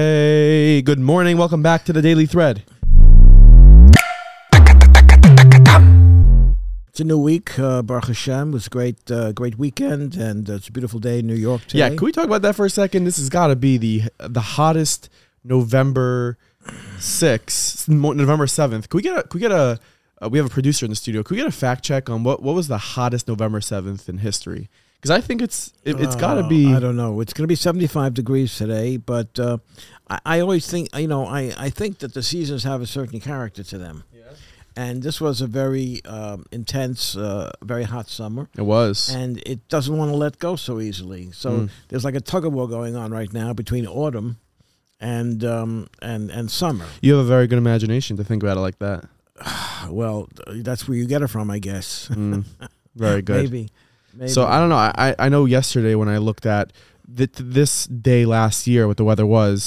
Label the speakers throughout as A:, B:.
A: Okay, good morning. Welcome back to the Daily Thread.
B: It's a new week. Uh, Baruch Hashem it was a great, uh, great weekend, and uh, it's a beautiful day in New York today.
A: Yeah, can we talk about that for a second? This has got to be the the hottest November 6th, Mo- November 7th. Can we get a can we get a uh, we have a producer in the studio. Can we get a fact check on what what was the hottest November 7th in history? Cuz I think it's it, it's got to
B: Uh,
A: be
B: I don't know. It's going to be seventy-five degrees today, but uh, I, I always think, you know, I, I think that the seasons have a certain character to them, and this was a very um, intense, uh, very hot summer,
A: it was.
B: and it doesn't want to let go so easily. So
A: Mm.
B: there's like a tug of war going on right now between autumn and um, and and summer.
A: You have a very good imagination to think about it like that.
B: Well, that's where you get it from, I guess.
A: Mm, very good.
B: Maybe. Maybe.
A: So I don't know. I I I know yesterday when I looked at th- this day last year, what the weather was,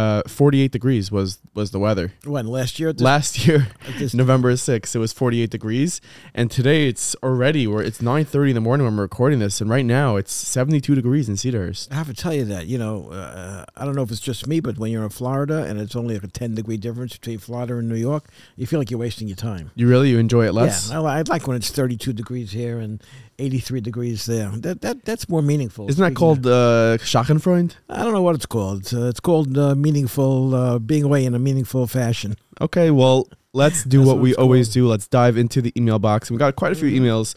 A: uh, 48 degrees was was the weather.
B: When last year, at this,
A: Last year,
B: at this-
A: November 6th, it was 48 degrees, and today it's already where it's 9:30 in the morning when we're recording this, and right now it's 72 degrees in Cedarhurst.
B: I have to tell you that you know uh, I don't know if it's just me, but when you're in Florida and it's only like a ten degree difference between Florida and New York, you feel like you're wasting your time.
A: You really you enjoy it less?
B: Yeah, I, I like when it's thirty two degrees here and eighty three degrees there. That that that's more meaningful.
A: Isn't that
B: Speaking
A: called uh, Schadenfreude?
B: of- I don't know what it's called. It's, uh, it's called uh, meaningful uh, being away in a meaningful fashion.
A: Okay, well, let's do
B: That's
A: what
B: what
A: we
B: it's
A: always
B: called. Mm-hmm.
A: do. Let's dive into the email box. We got quite a few emails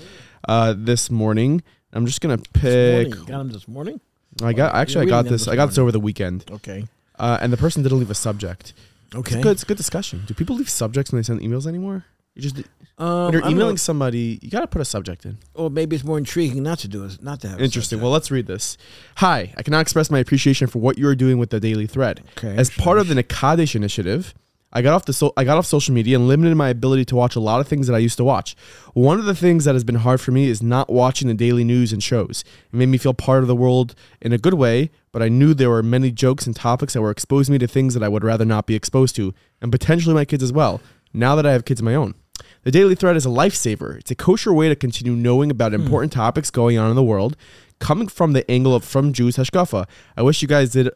A: uh, this morning. I'm just gonna
B: This
A: pick.
B: morning. You got 'em this morning.
A: I got
B: You're
A: actually I
B: reading
A: got
B: them
A: this
B: this
A: I got this
B: morning.
A: over the weekend,
B: Okay.
A: uh, and the person didn't leave a subject.
B: Okay.
A: It's good. It's a good discussion. Do people leave subjects when they send emails anymore? You just
B: Um,
A: when you're
B: I don't know.
A: emailing somebody, you gotta put a subject in.
B: or maybe it's more intriguing not to do it, not to have. a
A: Interesting.
B: subject.
A: Well, let's read this. Hi, I cannot express my appreciation for what you are doing with the Daily Thread.
B: Okay,
A: As part of the Nakadesh initiative, I got off the so- I got off social media and limited my ability to watch a lot of things that I used to watch. One of the things that has been hard for me is not watching the daily news and shows. It made me feel part of the world in a good way, but I knew there were many jokes and topics that were exposing me to things that I would rather not be exposed to, and potentially my kids as well. Now that I have kids of my own. The Daily Thread is a lifesaver. It's a kosher way to continue knowing about
B: Hmm.
A: important topics going on in the world, coming from the angle of from Jews Hashkafa. I wish you guys did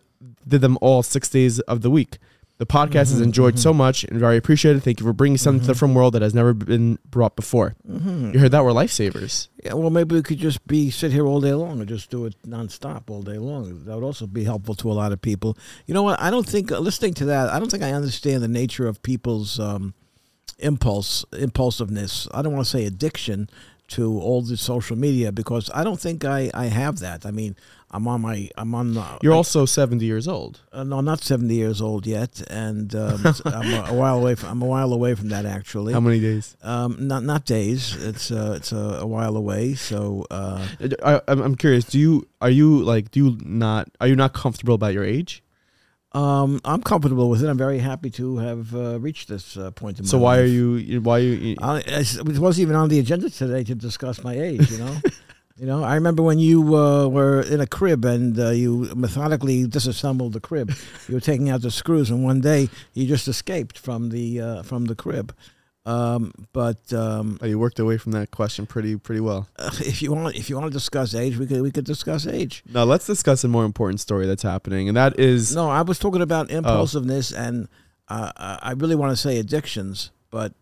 A: did them all six days of the week. The podcast
B: Mm-hmm.
A: is enjoyed so much and very appreciated. Thank you for bringing something to the from world that has never been brought before.
B: Mm-hmm.
A: You heard that we're lifesavers.
B: Yeah, well, maybe we could just be sit here all day long and just do it nonstop all day long. That would also be helpful to a lot of people. You know what? I don't think uh, listening to that. I don't think I understand the nature of people's um, impulse, impulsiveness. I don't want to say addiction to all the social media because I don't think I, I have that. I mean, I'm on my I'm on the,
A: You're also 70 years old.
B: uh, no, I'm not 70 years old yet, and um, I'm a, a while away. From, I'm a while away from that actually.
A: How many days?
B: um, not not days. It's uh, it's a, a while away. So. Uh,
A: I, I'm I'm curious. Do you are you like do you not are you not comfortable about your age?
B: Um, I'm comfortable with it. I'm very happy to have uh, reached this uh, point in my
A: So why are
B: life.
A: you why are you
B: I, I s- it wasn't even on the agenda today to discuss my age. You know, you know. I remember when you uh, were in a crib and uh, you methodically disassembled the crib. You were taking out the screws, and one day you just escaped from the uh, from the crib. Um, but um,
A: Oh, you worked away from that question pretty pretty well.
B: if you want, if you want to discuss age, we could we could discuss age.
A: Now let's discuss a more important story that's happening, and that is
B: No, I was talking about
A: Oh.
B: impulsiveness, and uh, I I really want to say addictions, but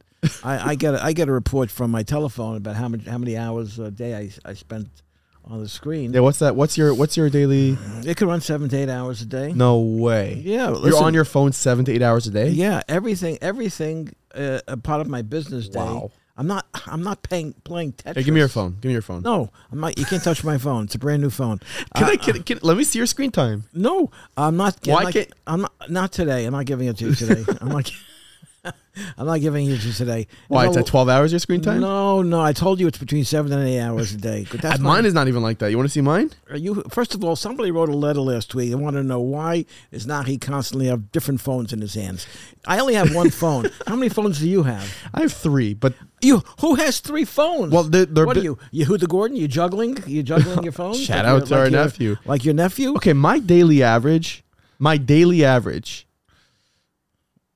B: I, I get a, I get a report from my telephone about how much how many hours a day I, I spent on the screen.
A: yeah. What's that? What's your what's your daily?
B: It could run seven to eight hours a day.
A: No way.
B: Yeah,
A: You're
B: listen,
A: on your phone seven to eight hours a day.
B: yeah everything everything uh, a part of my business day.
A: Wow.
B: I'm not I'm not paying playing Tetris.
A: Hey, give me your phone. Give me your phone.
B: No, I'm not. You can't touch my phone. It's a brand new phone.
A: Can
B: Uh,
A: I can, can, let me see your screen time?
B: No, I'm not.
A: Why
B: I'm not,
A: can't-
B: I'm not, not today. I'm not giving it to you today. I'm not. I'm not giving it to you today.
A: Why
B: no,
A: it's at twelve hours your screen time?
B: No, no. I told you it's between seven and eight hours a day. But that's
A: Uh,
B: my-
A: mine is not even like that. You want to see mine?
B: Are you first of all, somebody wrote a letter last week. I want to know why is Nahi constantly have different phones in his hands? I only have one phone. How many phones do you have?
A: I have three, but
B: You who has three phones?
A: Well, they're- they're
B: what
A: bi-
B: are you? Yehuda Gordon? You juggling? You juggling your phones?
A: Shout
B: your-
A: out to our
B: your-
A: nephew.
B: Like your nephew
A: okay. My daily average, my daily average.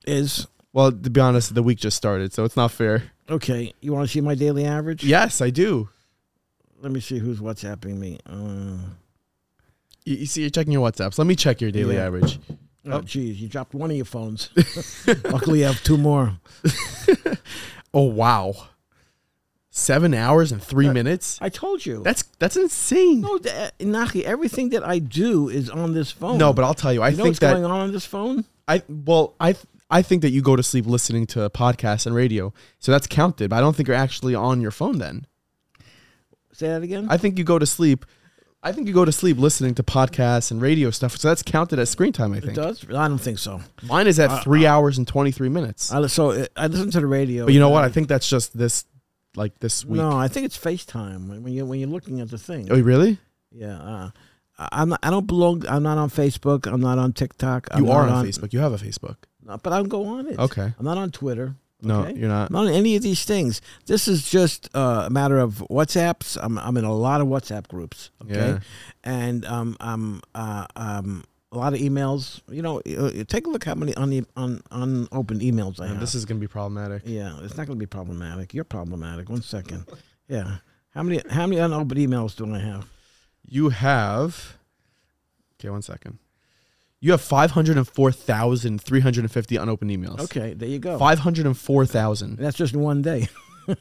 B: is
A: Well, to be honest, the week just started, so it's not fair.
B: okay. You want to see my daily average?
A: Yes, I do.
B: Let me see who's WhatsApping me. Uh,
A: You, you see, you're checking your WhatsApps. Let me check your daily
B: Yeah.
A: average.
B: Oh, geez, you dropped one of your phones. Luckily, you have two more.
A: Oh wow, seven hours and three minutes.
B: I told you.
A: That's that's insane. No,
B: no, uh, Naki, everything that I do is on this phone.
A: but I'll tell you, I
B: you know
A: think
B: what's
A: that
B: going on on this phone?
A: I well I. th- I think that you go to sleep listening to podcasts and radio, so that's counted. But I don't think you're actually on your phone then.
B: Say that again.
A: I think you go to sleep. I think you go to sleep listening to podcasts and radio stuff. So that's counted as screen time. I
B: it
A: think
B: does. I don't think so.
A: mine is at three hours and twenty three minutes.
B: I, li- so uh, I listen to the radio.
A: but you know what? I think that's just this, like this week.
B: No, I think it's FaceTime when- when you when you're looking at the thing.
A: Oh, really?
B: Yeah, uh, I- I'm not, I don't belong. I'm not on Facebook. I'm not on TikTok. I'm
A: you are
B: not
A: on, Facebook. You have a Facebook.
B: No, but I don't go on it.
A: Okay.
B: I'm not on Twitter.
A: No,
B: okay?
A: you're not.
B: I'm not on any of these things. This is just uh, a matter of WhatsApps. I'm I'm in a lot of WhatsApp groups. Okay,
A: Yeah.
B: and um um uh, um a lot of emails. You know, uh, take a look how many un- un- unopened emails I have.
A: This is gonna be problematic.
B: Yeah, it's not going to be problematic. You're problematic. One second. Yeah. How many how many unopened emails do I have?
A: You have. Okay, one second. You have five hundred and four thousand three hundred and fifty unopened emails.
B: Okay, there you go.
A: Five hundred and four thousand.
B: That's just in one day.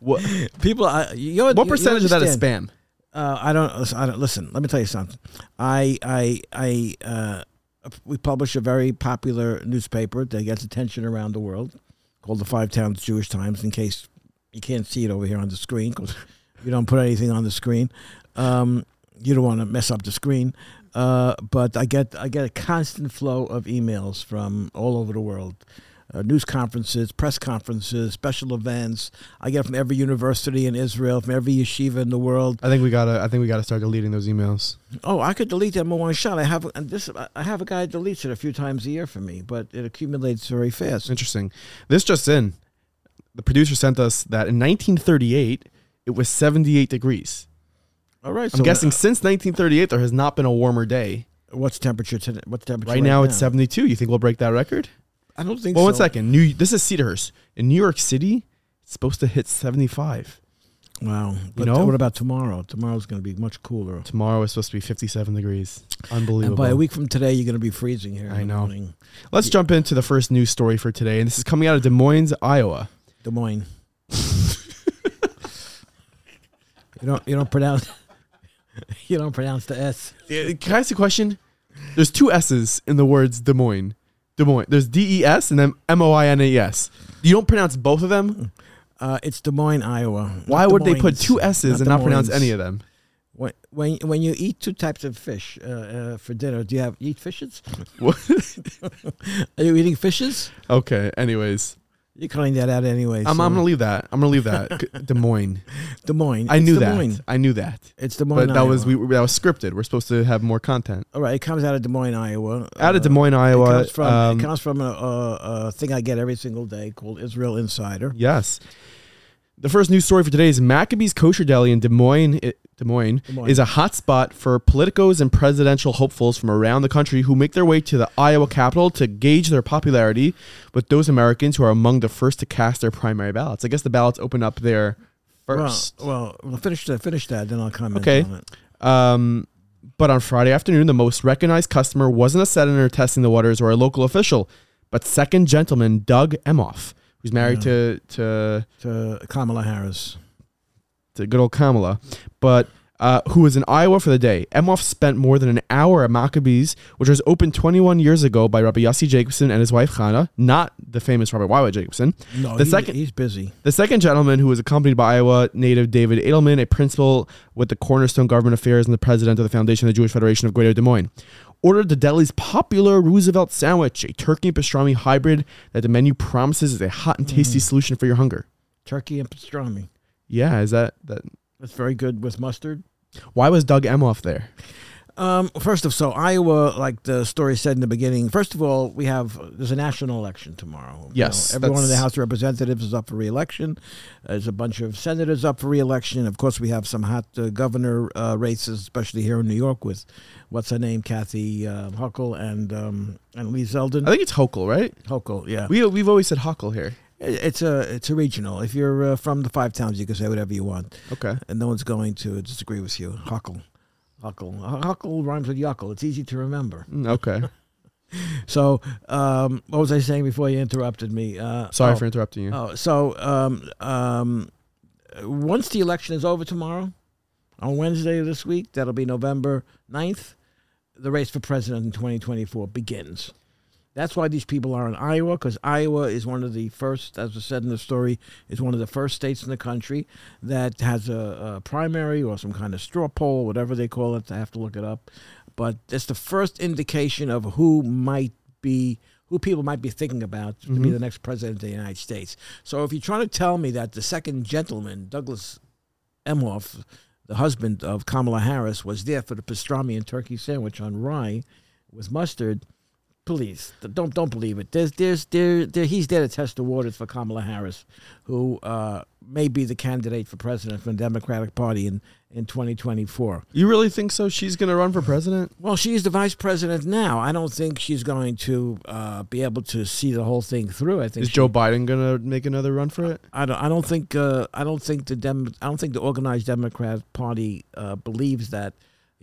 A: What,
B: People, I, you know,
A: what percentage of that is spam?
B: Uh, I don't. listen, I don't listen. Let me tell you something. I I I uh, we publish a very popular newspaper that gets attention around the world, called the Five Towns Jewish Times. In case you can't see it over here on the screen, 'cause you don't put anything on the screen. Um, you don't want to mess up the screen. Uh, but I get I get a constant flow of emails from all over the world. Uh, news conferences, press conferences, special events. I get from every university in Israel, from every yeshiva in the world.
A: I think we gotta. I think we gotta start deleting those emails.
B: Oh, I could delete them in one shot. I have and this. I have a guy that deletes it a few times a year for me, but it accumulates very fast.
A: Interesting. This just in. The producer sent us that in 1938 it was 78 degrees.
B: All right.
A: I'm guessing since 1938 there has not been a warmer day.
B: what's temperature today? What's temperature
A: Right, now, it's 72. You think we'll break that record?
B: I don't think.
A: Well,
B: so.
A: one second. New. This is Cedarhurst in New York City. It's supposed to hit 75.
B: Wow. But
A: know?
B: what about tomorrow? Tomorrow's going to be much cooler.
A: Tomorrow is supposed to be 57 degrees. Unbelievable.
B: And by a week from today, you're going to be freezing here. in
A: I
B: the
A: know.
B: morning.
A: Let's jump into the first news story for today, and this is coming out of Des Moines, Iowa.
B: Des Moines. you don't. You don't pronounce. you don't pronounce the S.
A: Uh, Can I ask you a question? There's two S's in the words Des Moines. Des Moines. There's D E S and then M O I N E S. You don't pronounce both of them.
B: Uh, it's Des Moines, Iowa.
A: Why
B: Not Des
A: would they put
B: Moines.
A: two S's and
B: Des
A: not pronounce
B: Moines.
A: any of them?
B: When when when you eat two types of fish uh, uh, for dinner, do you have you eat fishes?
A: What?
B: Are you eating fishes?
A: okay. Anyways,
B: You're cutting that out anyway.
A: I'm,
B: so-
A: I'm gonna leave that. I'm gonna leave that. C- Des Moines.
B: Des Moines.
A: I
B: It's
A: knew
B: Des
A: that.
B: Moines.
A: I knew that.
B: It's Des Moines.
A: But that was
B: Iowa.
A: we that was scripted. We're supposed to have more content.
B: All right, it comes out of Des Moines, Iowa.
A: Out of
B: Uh,
A: Des Moines, Iowa.
B: It comes from,
A: um,
B: it comes from a, a, a thing I get every single day called Israel Insider.
A: Yes. The first news story for today is Maccabee's Kosher Deli in Des Moines, i- Des Moines,
B: Moines.
A: is a hotspot for politicos and presidential hopefuls from around the country who make their way to the Iowa capital to gauge their popularity with those Americans who are among the first to cast their primary ballots. I guess the ballots open up there
B: Well,
A: first.
B: well, well, finish that. Finish that, then I'll comment
A: Okay.
B: on it.
A: Um, but on Friday afternoon, the most recognized customer wasn't a senator testing the waters or a local official, but second gentleman Doug Emhoff, who's married to to
B: To Kamala Harris.
A: to good old Kamala, but uh, who was in Iowa for the day. Emhoff spent more than an hour at Maccabees, which was opened 21 years ago by Rabbi Yossi Jacobson and his wife Hannah, not the famous Robert Weiwa Jacobson.
B: No,
A: the
B: he's,
A: second
B: he's busy.
A: the second gentleman who was accompanied by Iowa native David Edelman, a principal with the Cornerstone Government Affairs and the president of the Foundation of the Jewish Federation of Greater Des Moines, ordered the deli's popular Roosevelt sandwich, a turkey and pastrami hybrid that the menu promises is a hot and tasty solution for your hunger.
B: Turkey and pastrami.
A: Yeah, is that that?
B: That's very good with mustard.
A: Why was Doug Emhoff there?
B: Um, first of so Iowa, like the story said in the beginning. First of all, we have there's a national election tomorrow. You
A: Yes,
B: know, everyone in the
A: that's-
B: House of Representatives is up for reelection. There's a bunch of senators up for reelection. Of course, we have some hot uh, governor uh, races, especially here in New York with what's her name, Kathy uh, Huckle and um, and Lee Zeldin.
A: I think it's Hochul, right?
B: Huckle, yeah.
A: We we've always said Huckle here.
B: It- It's a it's a regional. If you're uh, from the five towns, you can say whatever you want,
A: Okay.
B: and no one's going to disagree with you. Huckle, Huckle, Huckle rhymes with yuckle. It's easy to remember.
A: Mm, Okay.
B: So, um, what was I saying before you interrupted me? Uh,
A: Sorry
B: oh,
A: for interrupting you.
B: Oh, so um, um, once the election is over tomorrow, on Wednesday of this week, that'll be November 9th, the race for president in 2024 begins. That's why these people are in Iowa, because Iowa is one of the first, as was said in the story, is one of the first states in the country that has a, a primary or some kind of straw poll, whatever they call it. I have to look it up. But it's the first indication of who might be, who people might be thinking about to be the next president of the United States. So if you're trying to tell me that the second gentleman, Douglas Emhoff, the husband of Kamala Harris, was there for the pastrami and turkey sandwich on rye with mustard. Please th- don't don't believe it. There's there's there, there he's there to test the waters for Kamala Harris, who uh, may be the candidate for president from the Democratic Party in in 2024.
A: You really think so? She's gonna run for president?
B: Well, she's the vice president now. I don't think she's going to uh, be able to see the whole thing through. I think
A: Is
B: she-
A: Joe Biden gonna make another run for it?
B: I don't. I don't think. Uh, I don't think the Dem- I don't think the organized Democrat Party uh, believes that.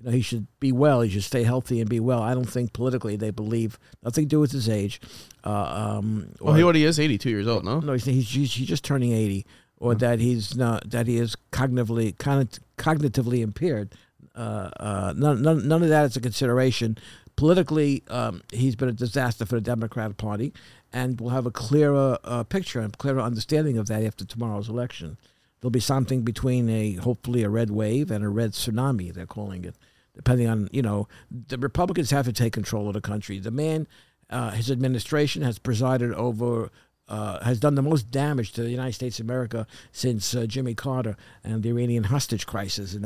B: You know, he should be well. He should stay healthy and be well. I don't think politically they believe nothing to do with his age. Uh, um,
A: Well,
B: or-
A: Oh, he already is 82 years old. No,
B: no, he's, he's, he's he's just turning eighty, or that he's not that he is cognitively cognit- cognitively impaired. Uh, uh, none, none none of that is a consideration. Politically, um, he's been a disaster for the Democratic Party, and we'll have a clearer uh, picture and clearer understanding of that after tomorrow's election. There'll be something between a hopefully a red wave and a red tsunami. They're calling it, depending on you know the Republicans have to take control of the country. The man, uh, his administration has presided over uh, has done the most damage to the United States of America since uh, Jimmy Carter and the Iranian hostage crisis in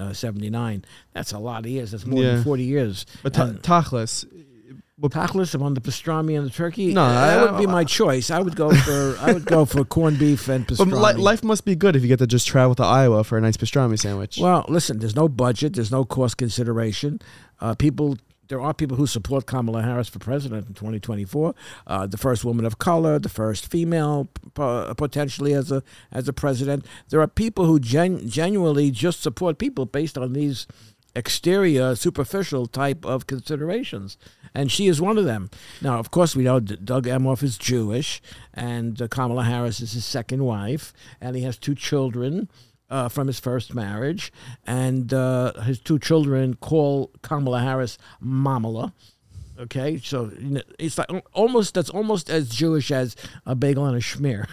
B: 1979. That's a lot of years. That's more
A: Yeah.
B: than 40 years.
A: but ta-
B: And
A: Tachlis,
B: tackless upon the pastrami and the turkey.
A: No,
B: uh, that
A: I-
B: would be my choice. I would go for I would go for corned beef and
A: but
B: pastrami.
A: li- life must be good if you get to just travel to Iowa for a nice pastrami sandwich.
B: Well, listen, there's no budget, there's no cost consideration. Uh, people, there are people who support Kamala Harris for president in 2024. Uh, the first woman of color, the first female p- p- potentially as a as a president. There are people who gen- genuinely just support people based on these exterior, superficial type of considerations, and she is one of them. Now, of course, we know D- Doug Emhoff is Jewish, and uh, Kamala Harris is his second wife, and he has two children uh, from his first marriage, and uh, his two children call Kamala Harris Mamala. Okay, so you know, it's like almost that's almost as Jewish as a bagel and a schmear.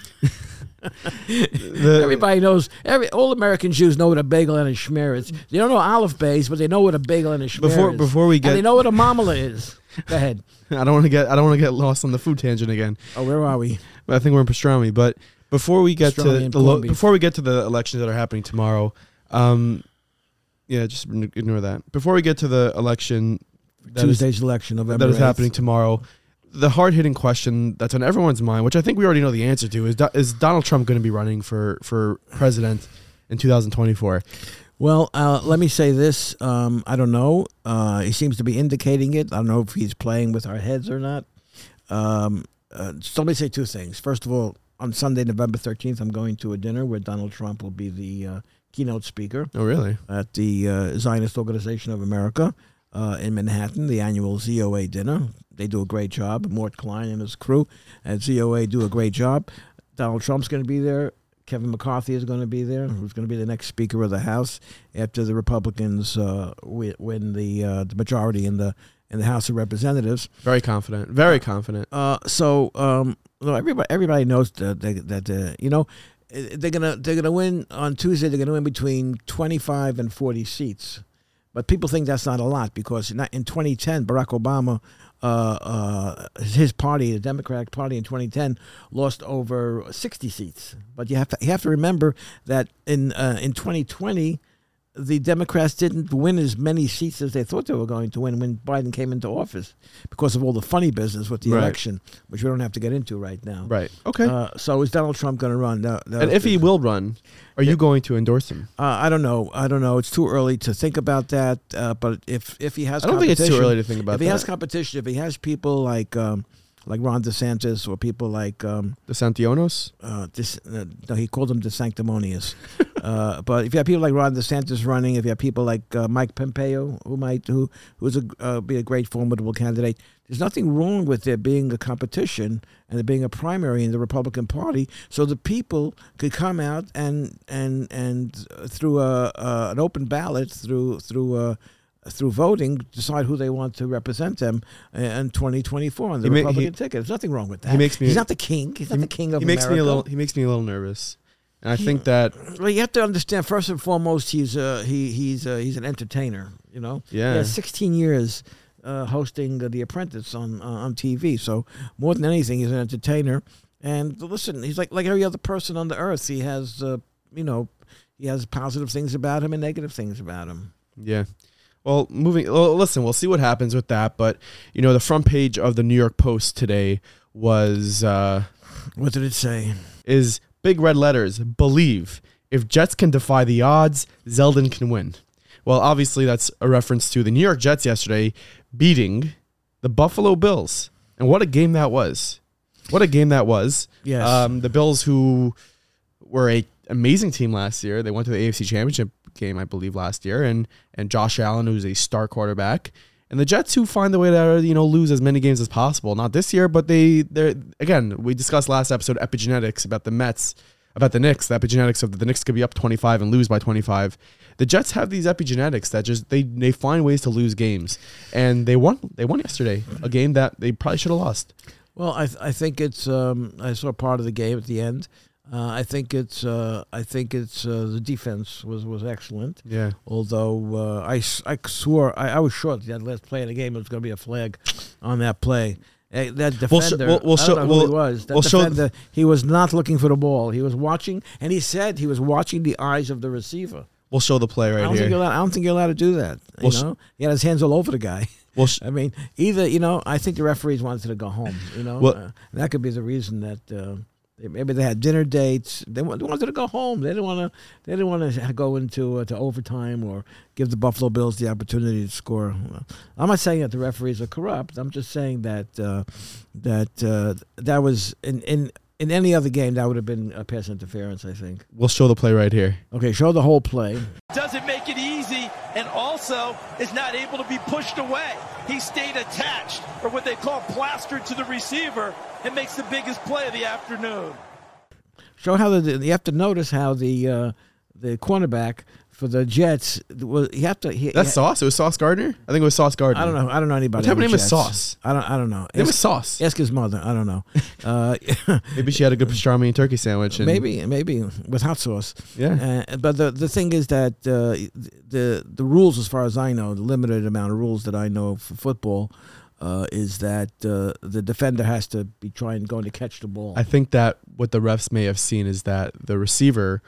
A: The-
B: Everybody knows. Every all American Jews know what a bagel and a schmear is. They don't know olive bays, but they know what a bagel and a schmear
A: Before-
B: is.
A: before we
B: and they
A: get-
B: know what a mamala is. Go ahead.
A: I don't want to get I don't want to get lost on the food tangent again.
B: Oh, where are we?
A: I think we're in pastrami. But before we get
B: Pastrami
A: to
B: and
A: the lo-
B: corned beef.
A: before we get to the elections that are happening tomorrow, um, yeah, just ign- ignore that. Before we get to the election that is-
B: Tuesday's election, November.
A: that is
B: 8th.
A: happening tomorrow, the hard hitting question that's on everyone's mind, which I think we already know the answer to, is Do- is Donald Trump going to be running for for president in 2024?
B: Well, uh, let me say this. Um, I don't know. Uh, he seems to be indicating it. I don't know if he's playing with our heads or not. Um, uh, so let me say two things. First of all, on Sunday, November 13th, I'm going to a dinner where Donald Trump will be the uh, keynote speaker.
A: Oh, really?
B: at the uh, Zionist Organization of America uh, in Manhattan, the annual ZOA dinner. They do a great job. Mort Klein and his crew at ZOA do a great job. Donald Trump's going to be there. Kevin McCarthy is going to be there, who's going to be the next Speaker of the House after the Republicans uh, wi- win the uh, the majority in the in the House of Representatives.
A: Very confident. Very confident.
B: Uh, so um, no, everybody everybody knows that they, that uh, you know eh, they're gonna they're gonna win on Tuesday. They're gonna win between twenty five and forty seats, but people think that's not a lot because in, in twenty ten Barack Obama. Uh, uh, his party, the Democratic Party, in 2010, lost over 60 seats. But you have to you have to remember that in uh, in 2020, the Democrats didn't win as many seats as they thought they were going to win when Biden came into office because of all the funny business with the
A: Right.
B: election, which we don't have to get into right now.
A: Right. Okay.
B: Uh, so is Donald Trump going to run? No, no.
A: and if he will run, are you going to endorse him?
B: uh, I don't know. I don't know. It's too early to think about that. Uh, but if if he has,
A: I don't think it's too
B: competition-
A: early to think about
B: If he
A: that.
B: has competition, if he has people like um, like Ron DeSantis or people like um,
A: the Santionos?
B: uh, this, uh, no, he called him the sanctimonious. Uh, but if you have people like Ron DeSantis running, if you have people like uh, Mike Pompeo, who might who who's a uh, be a great formidable candidate, there's nothing wrong with there being a competition and there being a primary in the Republican Party, so the people could come out and and and uh, through a, uh, an open ballot through through. Uh, through voting, decide who they want to represent them uh, in 2024 on the
A: He ma- he-
B: Republican ticket. There's nothing wrong with that.
A: makes me-
B: He's not the king. He's not the king of
A: he makes
B: America.
A: me a little. He makes me a little nervous, and I think that
B: Well, you have to understand. First and foremost, he's uh, he he's uh, he's an entertainer. You know,
A: Yeah.
B: He has 16 years uh, hosting uh, The Apprentice on uh, on TV. So more than anything, he's an entertainer. And listen, he's like like every other person on the earth. He has uh, you know he has positive things about him and negative things about him.
A: Yeah. Well, moving. Well, listen, we'll see what happens with that. But you know, the front page of the New York Post today was uh,
B: What did it say?
A: is big red letters. Believe if Jets can defy the odds, Zeldin can win. Well, obviously that's a reference to the New York Jets yesterday beating the Buffalo Bills, and what a game that was! What a game that was!
B: Yes.
A: Um, the Bills, who were a amazing team last year, they went to the AFC Championship game, I believe, last year, and and Josh Allen, who's a star quarterback, and the Jets, who find the way to you know lose as many games as possible. Not this year, but they they again we discussed last episode epigenetics about the Mets. About the Knicks, the epigenetics of the Knicks could be up 25 and lose by 25. The Jets have these epigenetics that just they they find ways to lose games, and they won. They won yesterday, a game that they probably should have lost.
B: Well, I th- I think it's um, I saw part of the game at the end. Uh, I think it's uh, I think it's uh, the defense was was excellent.
A: Yeah,
B: Although uh, I, s- I swore I, I was sure that last play of the game was going to be a flag on that play. Eh, That defender,
A: We'll show- we'll- we'll
B: I
A: show-
B: don't know who
A: we'll-
B: he was. That
A: we'll show-
B: defender, he was not looking for the ball. He was watching, and he said he was watching the eyes of the receiver.
A: we'll show the play
B: I
A: right
B: don't think
A: here.
B: you're allowed. I don't think you're allowed to do that.
A: We'll
B: you
A: sh-
B: know, he had his hands all over the guy.
A: We'll sh-
B: I mean, either you know, I think the referees wanted to go home. You know,
A: Well-
B: Uh, that could be the reason that uh, they- maybe they had dinner dates. They, wa- they wanted to go home. They didn't want to. They didn't want to go into uh, to overtime or give the Buffalo Bills the opportunity to score. I'm not saying that the referees are corrupt. I'm just saying that uh, that uh, that was in in. In any other game, that would have been a pass interference, I think.
A: We'll show the play right here.
B: Okay, show the whole play.
C: doesn't make it easy and also is not able to be pushed away. He stayed attached, or what they call plastered to the receiver, and makes the biggest play of the afternoon.
B: Show how the you have to notice how the uh, the cornerback for the Jets was. You have to. He,
A: That's Sauce. It was Sauce Gardner. I think it was Sauce Gardner.
B: I don't know. I don't know anybody.
A: What type
B: on
A: of
B: the
A: name is
B: Jets.
A: Sauce?
B: I don't. I don't know.
A: It was
B: Ask-
A: Sauce.
B: Ask his mother. I don't know. Uh,
A: Maybe she had a good pastrami and turkey sandwich. And
B: maybe, maybe with hot sauce.
A: Yeah.
B: Uh, but the the thing is that uh, the the rules, as far as I know, the limited amount of rules that I know for football, uh, is that uh, the defender has to be trying going to catch the ball.
A: I think that what the refs may have seen is that the receiver,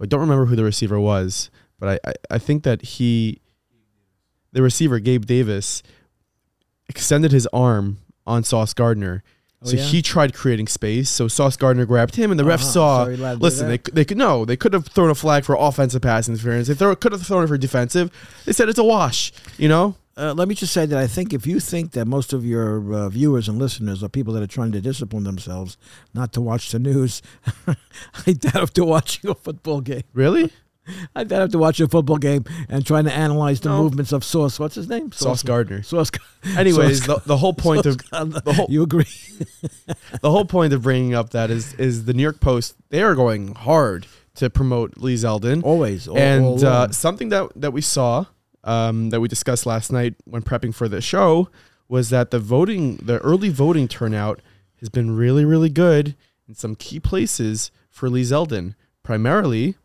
A: I don't remember who the receiver was, but I, I, I think that he, the receiver, Gabe Davis, extended his arm on Sauce Gardner. So
B: Oh, yeah?
A: he tried creating space. So Sauce Gardner grabbed him, and the ref
B: Uh-huh.
A: saw.
B: So he allowed to do
A: listen,
B: that?
A: they, c- they could no, they could have thrown a flag for offensive pass interference. They throw, could have thrown it for defensive. They said it's a wash. You know,
B: uh, let me just say that I think if you think that most of your uh, viewers and listeners are people that are trying to discipline themselves not to watch the news, I doubt if they're watching a football game.
A: really,
B: I doubt I have to watch a football game and trying to analyze the
A: No.
B: movements of Sauce. What's his name?
A: Sauce Gardner.
B: Sauce. Gar-
A: Anyways,
B: Sauce
A: the, the whole point of
B: Gardner.
A: the whole
B: you agree?
A: the whole point of bringing up that is is the New York Post they are going hard to promote Lee Zeldin
B: Always, all-
A: and
B: all
A: uh,
B: along.
A: something that that we saw um, that we discussed last night when prepping for the show was that the voting the early voting turnout has been really really good in some key places for Lee Zeldin primarily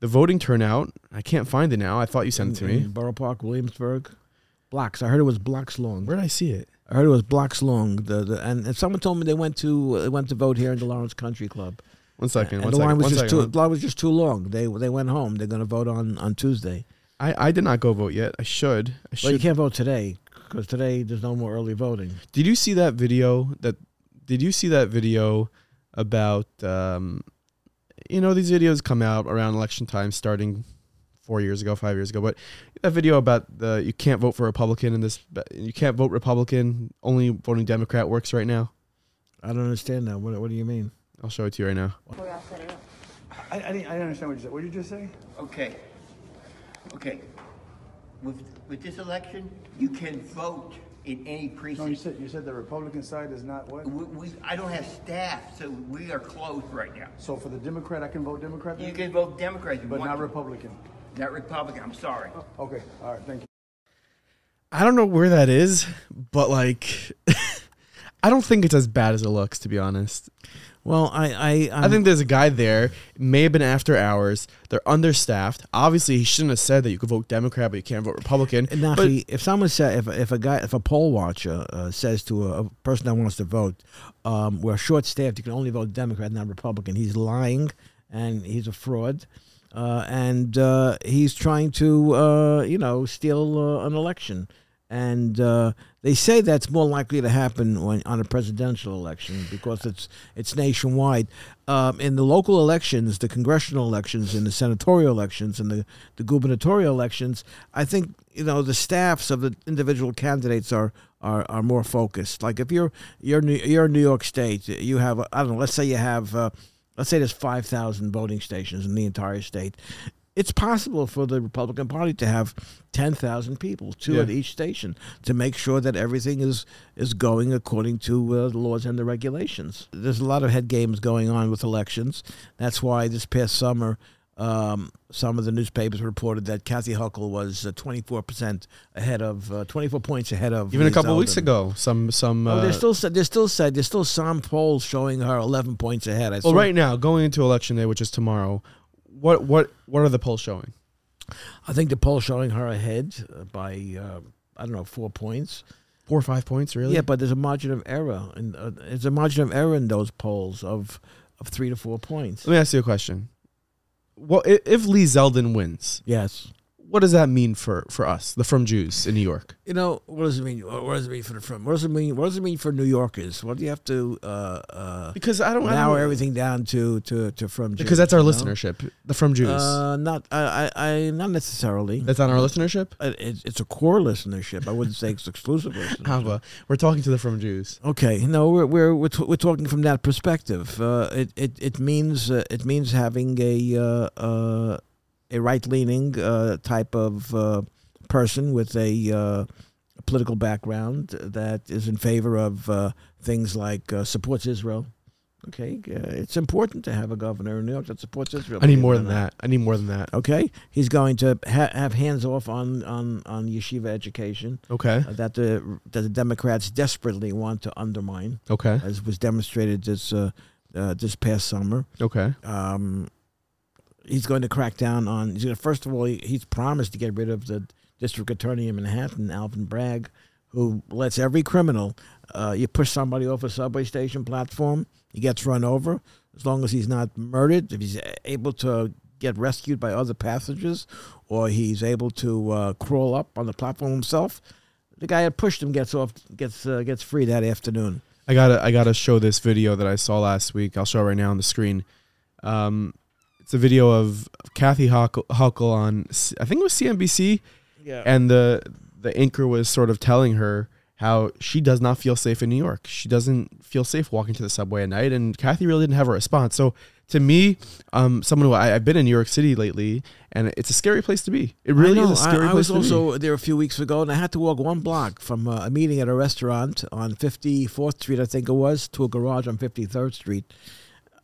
A: the voting turnout I can't find it now I thought you sent it to me
B: In Borough Park, Williamsburg, blocks. I heard it was blocks long.
A: where did I see it
B: I heard it was blocks long. The, the and, and someone told me they went to uh, they went to vote here in the Lawrence Country Club.
A: one second
B: and
A: one
B: the line
A: second,
B: was
A: one
B: just
A: second.
B: too the line was just too long. They they went home. They're going to vote on on Tuesday.
A: I, I did not go vote yet I should I
B: Well, you
A: should
B: can't vote today because today there's no more early voting.
A: Did you see that video? That did you see that video about? Um, you know, these videos come out around election time, starting four years ago, five years ago. But that video about the you can't vote for Republican in this, you can't vote Republican, only voting Democrat works right now.
B: I don't understand that. What what do you mean?
A: I'll show it to you right now.
D: I, I, didn't, I didn't understand what you said. What did you just say?
E: Okay. Okay. With, with this election, you can vote in any
D: No, you
E: precinct.
D: said, you said the Republican side is not what?
E: We, we, I don't have staff, so we are closed right now.
D: So for the Democrat, I can vote Democrat? then?
E: You can vote Democrat if you
D: But
E: want
D: not
E: to.
D: Republican?
E: Not Republican, I'm sorry.
D: Okay, all right, thank you.
A: I don't know where that is, but like, I don't think it's as bad as it looks, to be honest.
B: Well, I I I'm,
A: I think there's a guy there. It may have been after hours. They're understaffed. Obviously, he shouldn't have said that you could vote Democrat, but you can't vote Republican.
B: now
A: But
B: if, he, if someone said if if a guy if a poll watcher uh, says to a, a person that wants to vote, um, we're short staffed, you can only vote Democrat, not Republican. He's lying, and he's a fraud, uh, and uh, he's trying to uh, you know steal uh, an election. And uh, they say that's more likely to happen when, on a presidential election because it's it's nationwide. Um, in the local elections, the congressional elections, in the senatorial elections, and the, the gubernatorial elections, I think you know the staffs of the individual candidates are are, are more focused. Like if you're you're New, you're in New York State, you have I don't know. Let's say you have uh, let's say there's five thousand voting stations in the entire state. It's possible for the Republican Party to have ten thousand people, two
A: Yeah.
B: at each station, to make sure that everything is is going according to uh, the laws and the regulations. There's a lot of head games going on with elections. That's why this past summer. Um, some of the newspapers reported that Kathy Huckle was uh, 24% ahead of, uh, 24 points ahead of.
A: even a
B: Lee
A: couple weeks
B: Zeldin.
A: ago, some some.
B: Oh,
A: uh,
B: there's still there's still said there's still some polls showing her 11 points ahead. I
A: well,
B: saw-
A: Oh, right now, going into election day, which is tomorrow, what what what are the polls showing?
B: I think the poll showing her ahead uh, by uh, I don't know four points.
A: Four or five points, really?
B: Yeah, but there's a margin of error, and uh, there's a margin of error in those polls of of three to four points.
A: Let me ask you a question. Well, i- if Lee Zeldin wins,
B: Yes.
A: what does that mean for for us, the From Jews in New York?
B: You know what does it mean? What what does it mean for the front? What does it mean? What does it mean for New Yorkers? What do you have to uh, uh,
A: Because I don't I
B: narrow
A: don't-
B: everything down to to to from
A: Because that's our
B: Jews, you know?
A: listenership, the From Jews.
B: Uh, not I, I I not necessarily.
A: that's not our listenership.
B: it, it's- it's a core listenership. I wouldn't say it's exclusive listenership.
A: Hava, we're talking to the From Jews.
B: Okay, no, we're we're we're, t- we're talking from that perspective. Uh, it it it means uh, it means having a uh, uh, a right leaning uh, type of uh, person with a uh, political background that is in favor of uh, things like uh, supports Israel. Okay, uh, it's important to have a governor in New York that supports Israel.
A: I need
B: believe it
A: more
B: or
A: than that.
B: not.
A: I need more than that.
B: Okay, he's going to ha- have hands off on, on, on yeshiva education
A: Okay.
B: uh, that the that the Democrats desperately want to undermine,
A: Okay.
B: as was demonstrated this uh, uh, this past summer.
A: Okay.
B: Um, he's going to crack down on. He's going to first of all, he, he's promised to get rid of the district attorney in Manhattan, Alvin Bragg, who lets every criminal. Uh, you push somebody off a subway station platform, he gets run over. As long as he's not murdered, if he's a- able to get rescued by other passengers, or he's able to uh, crawl up on the platform himself, the guy that pushed him gets off, gets uh, gets free that afternoon.
A: I gotta I gotta show this video that I saw last week. I'll show it right now on the screen. Um, it's a video of Kathy Huckle, Huckle on C- I think it was CNBC,
B: Yeah.
A: and the the anchor was sort of telling her how she does not feel safe in New York. She doesn't feel safe walking to the subway at night, and Kathy really didn't have a response. So to me, um, someone who I, I've been in New York City lately, and it's a scary place to be. It really
B: I
A: is
B: know.
A: a scary
B: I, I
A: place
B: was
A: to be.
B: also there a few weeks ago, and I had to walk one block from uh, a meeting at a restaurant on 54th Street, I think it was, to a garage on 53rd Street.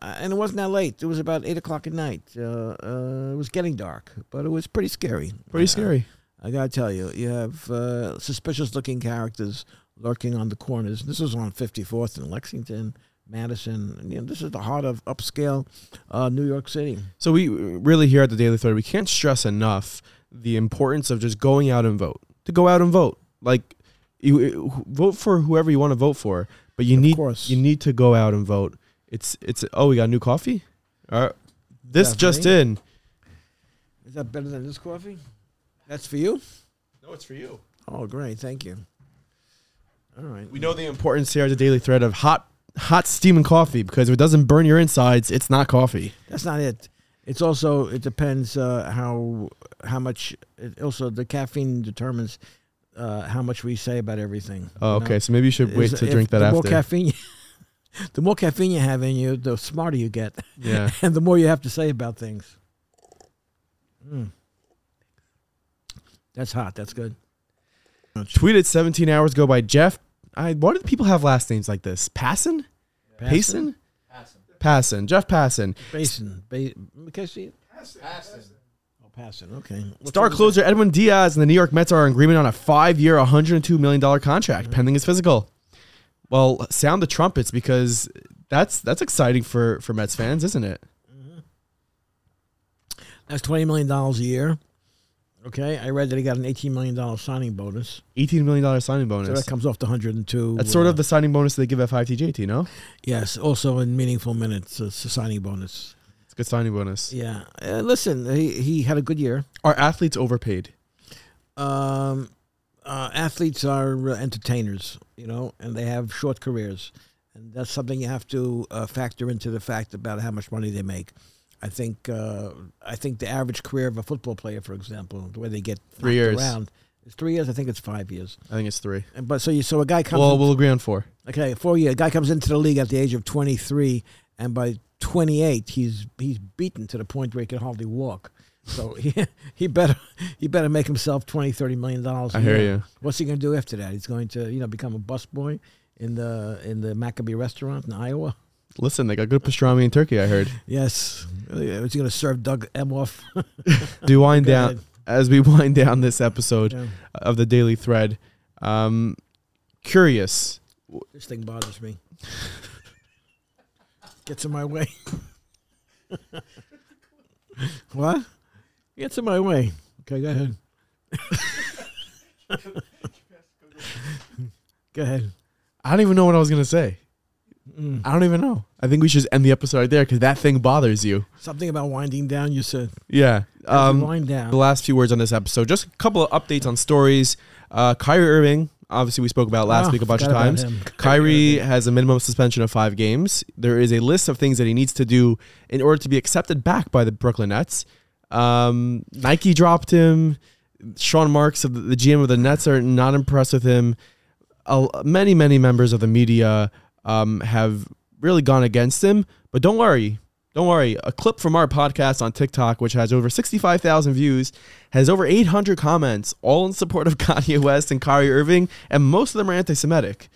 B: Uh, and it wasn't that late. It was about 8 o'clock at night. Uh, uh, it was getting dark, but it was pretty scary.
A: Pretty
B: Uh,
A: scary.
B: I got to tell you, you have uh, suspicious looking characters lurking on the corners. This is on 54th in Lexington, Madison. And, you know, this is the heart of upscale uh, New York City.
A: So we really here at the Daily Thread, we can't stress enough the importance of just going out and vote. To go out and vote, like you you- vote for whoever you want to vote for, but you need
B: course.
A: you need to go out and vote. It's it's oh we got new coffee. All right. This just in.
B: Is that better than this coffee? That's for you?
A: No, it's for you.
B: Oh, great. Thank you. All right.
A: We know the importance here at the Daily Thread of hot hot steaming coffee because if it doesn't burn your insides, it's not coffee.
B: That's not it. It's also, it depends uh, how how much, it also, the caffeine determines uh, how much we say about everything.
A: Oh,
B: you know?
A: okay. So maybe you should wait
B: Is-
A: to
B: if
A: drink that
B: the More
A: after.
B: caffeine. the more caffeine you have in you, the smarter you get.
A: Yeah.
B: and the more you have to say about things. Mm. That's hot. That's good.
A: Tweeted 17 hours ago by Jeff. I, why do people have last names like this? Passon? Payson? Passon. Jeff Passon.
B: Basin. Ba- can I see it? Oh, Passon. Okay.
A: Star closer Edwin Diaz and the New York Mets are in agreement on a five-year, $102 million contract pending his physical. Well, sound the trumpets because that's that's exciting for, for Mets fans, isn't it?
B: That's twenty million dollars a year. Okay. I read that he got an eighteen million dollar signing bonus.
A: $18 million signing
B: So
A: bonus.
B: that comes off the hundred and two. uh,
A: That's sort of the signing bonus they give at 5TJT, no?
B: yes. Also in meaningful minutes, it's a signing bonus.
A: It's a good signing bonus.
B: Yeah. Uh, listen, he he had a good year.
A: Are athletes overpaid?
B: um, uh, athletes are uh, entertainers, you know, and they have short careers, and that's something you have to uh, factor into the fact about how much money they make. I think uh, I think the average career of a football player, for example, the way they get
A: Three
B: knocked
A: years.
B: around, it's three years. I think it's five years.
A: I think it's three.
B: And, but so you so a guy comes
A: Well,
B: in-
A: we'll agree on four.
B: okay four year a guy comes into the league at the age of twenty three, and by twenty eight he's he's beaten to the point where he can hardly walk. So he, he better he better make himself twenty thirty million dollars.
A: I hear you.
B: What's he going to do after that? He's going to, you know, become a busboy in the in the Maccabee restaurant in Iowa.
A: Listen, they got good pastrami in Turkey, I heard.
B: Yes,
A: Mm-hmm.
B: Uh, is he going to serve Doug Emhoff?
A: Do wind
B: Go
A: down
B: ahead.
A: as we wind down this episode
B: Yeah.
A: of the Daily Thread. Um, curious.
B: this thing bothers me. Gets in my way. what? Gets in my way. Okay, go ahead. go ahead.
A: I don't even know what I was gonna say. I don't even know. I think we should just end the episode right there because that thing bothers you.
B: Something about winding down. You said
A: Yeah.
B: um,
A: Um,
B: wind down.
A: the last few words on this episode. Just a couple of updates on stories. Uh, Kyrie Irving, obviously, we spoke about last
B: Ah,
A: week a bunch of
B: forgot about
A: times.
B: him.
A: Kyrie has a minimum suspension of five games. There is a list of things that he needs to do in order to be accepted back by the Brooklyn Nets. Um, Nike dropped him. Sean Marks, of the the GM of the Nets, are not impressed with him. A- many, many members of the media um, have really gone against him. But don't worry. Don't worry. A clip from our podcast on TikTok, which has over 65,000 views, has over 800 comments, all in support of Kanye West and Kyrie Irving, and most of them are anti Semitic.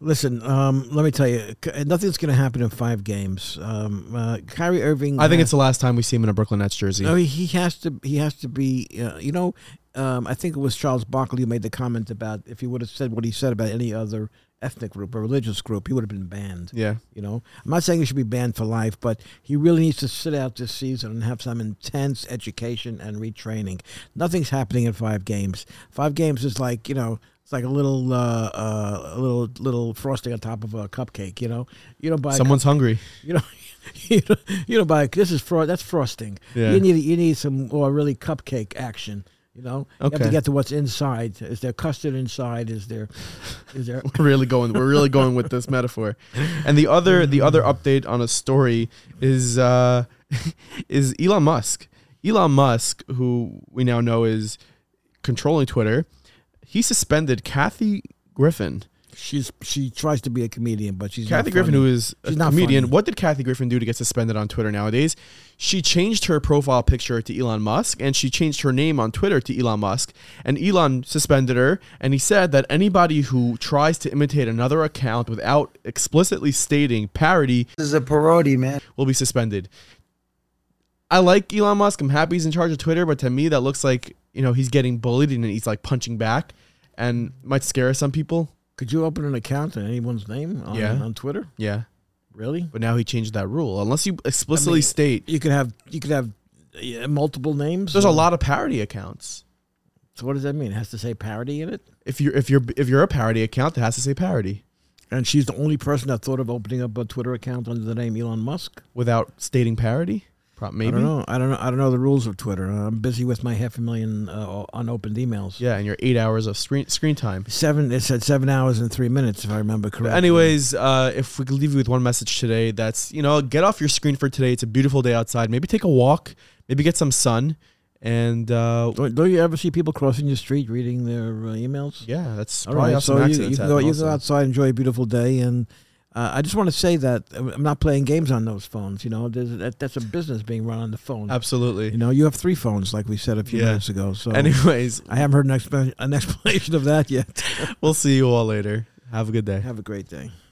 B: Listen, um, let me tell you, c- nothing's going to happen in five games. Um, uh, Kyrie Irving,
A: I think it's
B: has-
A: the last time we see him in a Brooklyn Nets jersey.
B: no, he- he has to. He has to be. Uh, you know, um, I think it was Charles Barkley who made the comment about if he would have said what he said about any other ethnic group or religious group, he would have been banned.
A: Yeah.
B: You know, I'm not saying he should be banned for life, but he really needs to sit out this season and have some intense education and retraining. Nothing's happening in five games. Five games is like you know, it's like a little, uh, uh, a little, little frosting on top of a cupcake. You know, you don't buy a
A: Someone's hungry.
B: you know, you know, you know, by this is fraud. That's frosting.
A: Yeah.
B: You need you need some or really cupcake action. You know, you have
A: Okay.
B: to get to what's inside. Is there custard inside? Is there, is there?
A: really going we're really going with this metaphor. And the other the other update on a story is uh is Elon Musk. Elon Musk, who we now know is controlling Twitter, he suspended Kathy Griffin.
B: She's she tries to be a comedian, but she's
A: Kathy
B: not
A: Griffin,
B: funny.
A: who is a
B: She's not
A: comedian,
B: funny.
A: what did Kathy Griffin do to get suspended on Twitter nowadays? She changed her profile picture to Elon Musk and she changed her name on Twitter to Elon Musk. And Elon suspended her and he said that anybody who tries to imitate another account without explicitly stating parody
F: This is a parody, man.
A: will be suspended. I like Elon Musk. I'm happy he's in charge of Twitter, but to me, that looks like you know he's getting bullied and he's like punching back, and might scare some people.
B: Could you open an account in anyone's name on,
A: Yeah.
B: on Twitter?
A: Yeah,
B: Really?
A: but now he changed that rule. Unless you explicitly state
B: You could have you could have uh, multiple names.
A: There's a lot of parody accounts.
B: So what does that mean? It has to say parody in it.
A: If you're if you're if you're a parody account, that has to say parody
B: And she's the only person that thought of opening up a Twitter account under the name Elon Musk.
A: without stating parody. Prop maybe.
B: I don't know. I don't know. I don't know the rules of Twitter. I'm busy with my half a million uh, unopened emails.
A: Yeah, and your eight hours of screen screen time.
B: Seven. It said seven hours and three minutes, if I remember correctly.
A: Anyways, uh, if we could leave you with one message today, that's you know get off your screen for today. It's a beautiful day outside. Maybe take a walk. Maybe get some sun. And uh,
B: don't, don't you ever see people crossing your street reading their uh, emails?
A: yeah, that's
B: All
A: probably
B: right.
A: how some
B: So you,
A: accidents
B: you can
A: happen
B: go. You can go
A: also.
B: outside, enjoy a beautiful day, and Uh, I just want to say that I'm not playing games on those phones. You know, There's, that, that's a business being run on the phone.
A: Absolutely.
B: You know, you have three phones, like we said a few
A: Yeah.
B: minutes ago. So,
A: Anyways,
B: I haven't heard an, exp- an explanation of that yet.
A: we'll see you all later. Have a good day.
B: have a great day.